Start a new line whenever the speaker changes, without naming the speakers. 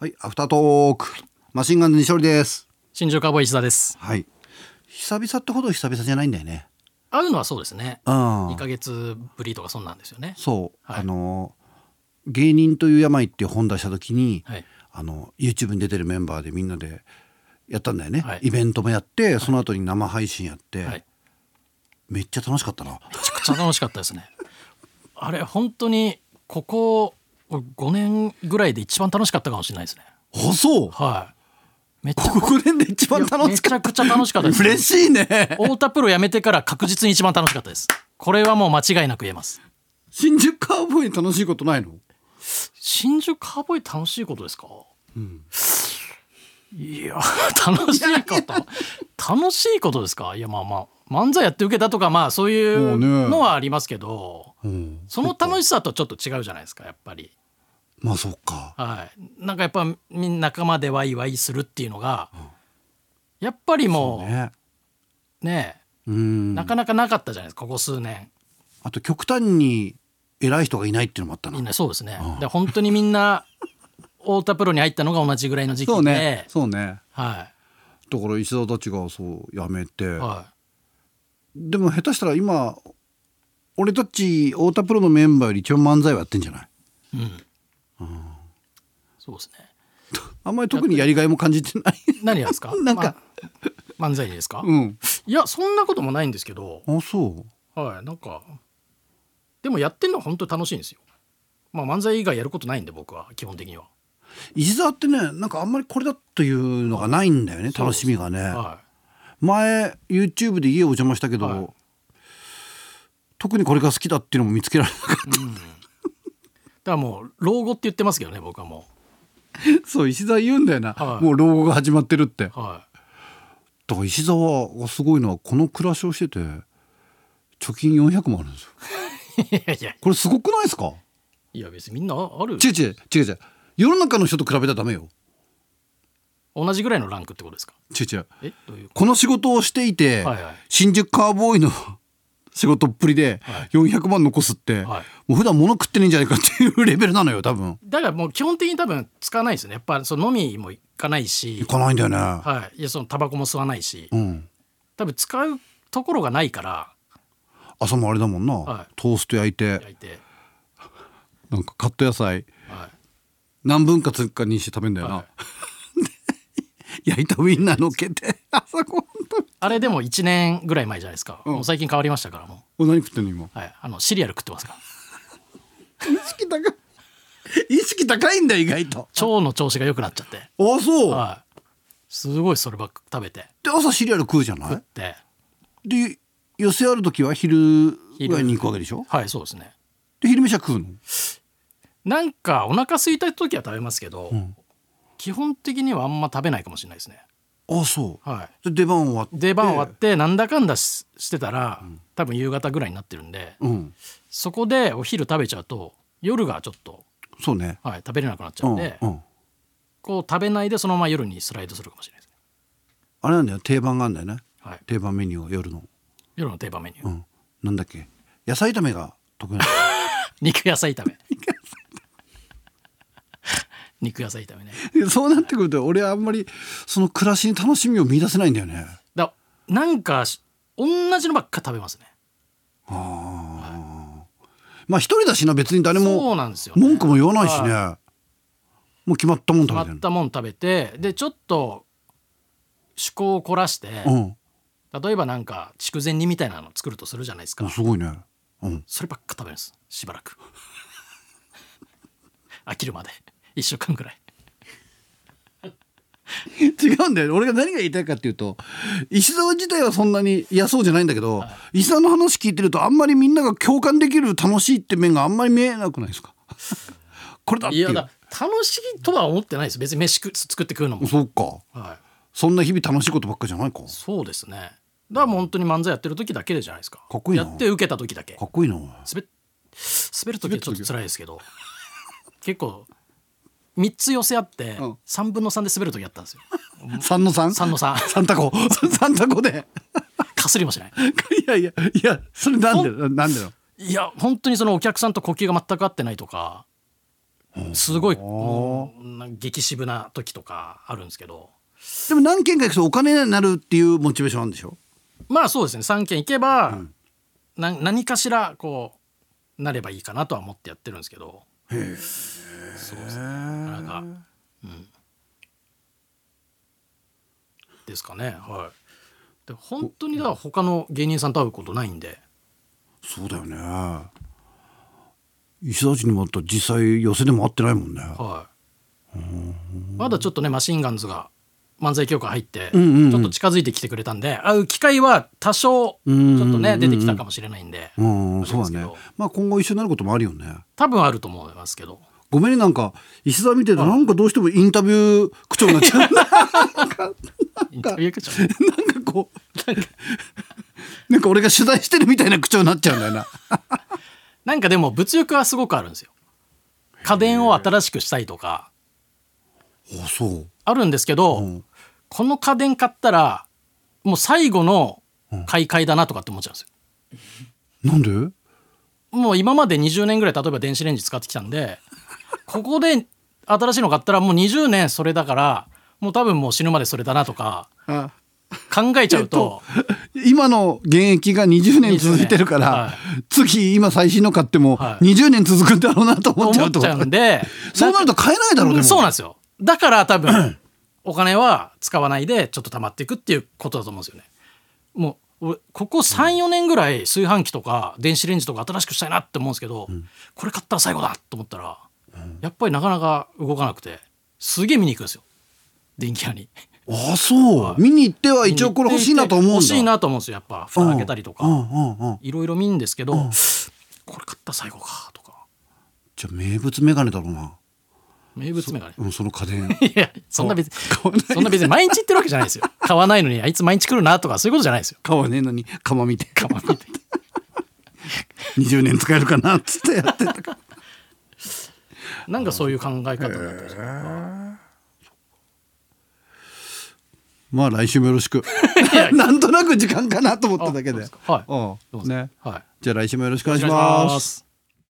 はい、アフタートーク。マシンガンズ西織です。
新宿カーボーイ石田です
はい。久々ってほど久々じゃないんだよね。
会うのはそうですね
うん
2。ヶ月ぶりとかそんなんですよね
そう、
はい
あの芸人という病っていう本出した時に、
はい
あの YouTube に出てるメンバーでみんなでやったんだよね。
はい
イベントもやって、その後に生配信やって、
はい
めっちゃ楽しかったな。
めちゃくちゃ楽しかったですねあれ本当にここ5年ぐらいで一番楽しかったかもしれないですね
あ、そう。
はいめっちゃ
ここ年で一番楽
め
し
ち
かっ
ゃくちゃ楽しかっ
た。
たですね、
嬉しいね。
太田プロ辞めてから確実に一番楽しかったですこれはもう間違いなく言えます
新宿カーボーイに楽しいことないの？
新宿カーボーイ楽しいことですか
うん。
いや楽しいこと楽しいことですかいやまあまあ漫才やって受けたとかまあそうい
もう
う
ね
のはありますけど、
うん、
その楽しさとちょっと違うじゃないですかやっぱり
まあそっか。
はいなんかやっぱみんな仲間でワイワイするっていうのが、やっぱりもうね
ね。うん。
なかなかなかったじゃないですかここ数年
あと極端に偉い人がいないっていうのもあったな
みん。なそうですね、
うん
で本当にみんな太田プロに入ったのが同じぐらいの時期
そ
で、
うね。そうね。
は
だから石田たちがそうやめて、
いは
でも下手したら今俺たち太田プロのメンバーより一応漫才はやってんじゃない？
い、うんそうですね
あんまり特にやりがいも感じてない。
何やですか
なんか、
ま漫才ですか、
うん。
いやそんなこともないんですけど
あそう。
はいなんかでもやってるのは本当に楽しいんですよまあ漫才以外やることないんで僕は基本的には、
石澤ってねなんかあんまりこれだというのがないんだよね
う
楽しみがね、
は
前 YouTube で家をお邪魔したけど、
はい
特にこれが好きだっていうのも見つけられなかっ
い、うん、だからもう老後って言ってますけどね僕はも
た そう石澤言うんだよな、
はい
もう老後が始まってるって
うは
だから石澤がすごいのはこの暮らしをしてて貯金400もあるんですよ
い いやいや
これすごくないですか
いや別にみんなある
違う違う違う違う世の中の人と比べたらダメよ
同じぐらいのランクってことですか
違う違う
えどういう
この仕事をしていて、
はいはい
新宿カーボーイの 仕事っぷりで400万残すって、
はい
もう普段物食ってねえんじゃないかっていうレベルなのよ多分
だからもう基本的に多分使わないですよねやっぱその飲みも行かないし
行かないんだよね、
はいいやそのタバコも吸わないし
うん
多分使うところがないから
朝もあれだもんな、
はい
トースト焼いて
焼いて
なんかカット野菜
はい
何分割かにして食べんだよな、
はい
焼いたウインナーのっけて 朝ごはん食べ
あれでも1年ぐらい前じゃないですか、
うん
もう最近変わりましたからも
お何食ってんの今
う、はい、あのシリアル食ってますから
意識高い意識高いんだよ意外と
腸の調子が良くなっちゃって、
あそう、
はい、すごいそればっか食べて
で朝シリアル食うじゃな
食っ
い
て
で寄せある時は昼ぐらいに行くわけでしょ
はいそうですね
で昼飯は食うの
なんかお腹空いた時は食べますけど、
ん
基本的にはあんま食べないかもしれないですね
あそ
は
うで出番終わって
い出番終わってなんだかんだししてたら、多分夕方ぐらいになってるんで
うん
そこでお昼食べちゃうと夜がちょっと、
そうね
はい、食べれなくなっちゃ
う、
うんんで、
うん、
こう食べないでそのまま夜にスライドするかもしれないですね、
あれなんだよ定番があるんだよね
はい、
定番メニューは夜の
夜の定番メニュー、
うんなんだっけ野菜炒めが得意なの
肉野菜炒め肉野菜炒めね
いやそうなってくると俺はあんまりその暮らしに楽しみを見出せないんだよね
だなんかし同じのばっか食べますね
ああ、まあ一人だしな別に誰
そ
も
うなんですよ、ね、
文句も言わないしねもう決まったもん食べ
ま
てる
ったもん食べてでちょっと趣向を凝らして、
うん
例えばなんか筑前煮みたいなの作るとするじゃないですか、
あすごいねうん
そればっか食べますしばらく飽きるまで1週 間ぐらい
違うんだよ俺が何が言いたいかっていうと石澤自体はそんなに嫌そうじゃないんだけど、石澤の話聞いてるとあんまりみんなが共感できる楽しいって面があんまり見えなくないですか これだって
い
い
や
う
だ楽しいとは思ってないです別に飯食作って食うのも、
そうか
はい、
そんな日々楽しいことばっかじゃないかか
そうですねだからもう本当に漫才やってる時だけでじゃないですか
かっこいいな
やって受けた時だけ
っこいいな
滑っ滑る時はちょっと辛いですけど結構3つ寄せあって
うん
3分の3で滑る時やったんですよ
3の 3?
3の3
3タコ 3タコで
かすりもしない
いやいやいやそれなんでなんでの
いや本当にそのお客さんと呼吸が全く合ってないとかすごい、うん、激渋な時とかあるんですけど
でも何件か行くとお金になるっていうモチベーションあるんでしょ
まあそうですね3件行けば、な何かしらこうなればいいかなとは思ってやってるんですけどそうですねなかなか、うん、ですかねはいで本当にだから他の芸人さんと会うことないんで
そうだよね石田氏にもあった実際寄せでも会ってないもんね
はいまだちょっとねマシンガンズが漫才協会入って、
んうんうん
ちょっと近づいてきてくれたんで会う機会は多少ち
んうんうん
ょ
う
っ
ん
とね出てきたかもしれないんで
うん
そ
そうう
です
だ
けど
ねまあ今後一緒になることもあるよね
多分あると思いますけど
ごめんねなんか石田見てるとなんかどうしてもインタビュー口調になっちゃうなんか
インタビュー口調
こうなんか俺が取材してるみたいな口調になっちゃうん だよな
なんかでも物欲はすごくあるんですよ家電を新しくしたいとか
あそう
あるんですけど、
うん
この家電買ったらもう最後の買い替えだなとかって思っちゃうんですよ
なんで
もう今まで20年ぐらい例えば電子レンジ使ってきた んでここで新しいの買ったらもう20年それだからもう多分もう死ぬまでそれだなとか
あ
考えちゃうと、
今の現役が20年続いてるから、
は
次今最新の買っても
はい
20年続くんだろうなと思っちゃ
思っ
うと
ちゃう んで
そうなると買えないだろうで
うん
も
そうなんですよだから多分お金は使わないでちょっと貯まっていくっていうことだと思うんですよねもう俺ここ34年ぐらい炊飯器とか電子レンジとか新しくしたいなって思うんですけど、これ買ったら最後だと思ったら、やっぱりなかなか動かなくてすげえ見に行くんですよ電気屋に
あそう、見に行っては一応これ欲しいなと思うんだ
欲しいなと思うんですよやっぱ蓋開けたりと
う
か
んうんうん
いろいろ見るんですけど、これ買ったら最後かとか
じゃあ名物メガネだろうな、
名物目がね
うん、その家電
いやそんな別にそんな別に毎日行ってるわけじゃないですよ。買わないのにあいつ毎日来るなとかそういうことじゃないですよ。
買わねえのに釜見て
買わ ないで
20年使えるかなっつってや ってたから
なんかそういう考え方だったんですよ
まあ来週もよろしく なんとなく時間かなと思っただけで
あそうですかはい
うん
どうぞ
ね
はい。
じゃあ来週もよろしくお願いし
お願いし
ま
ますす。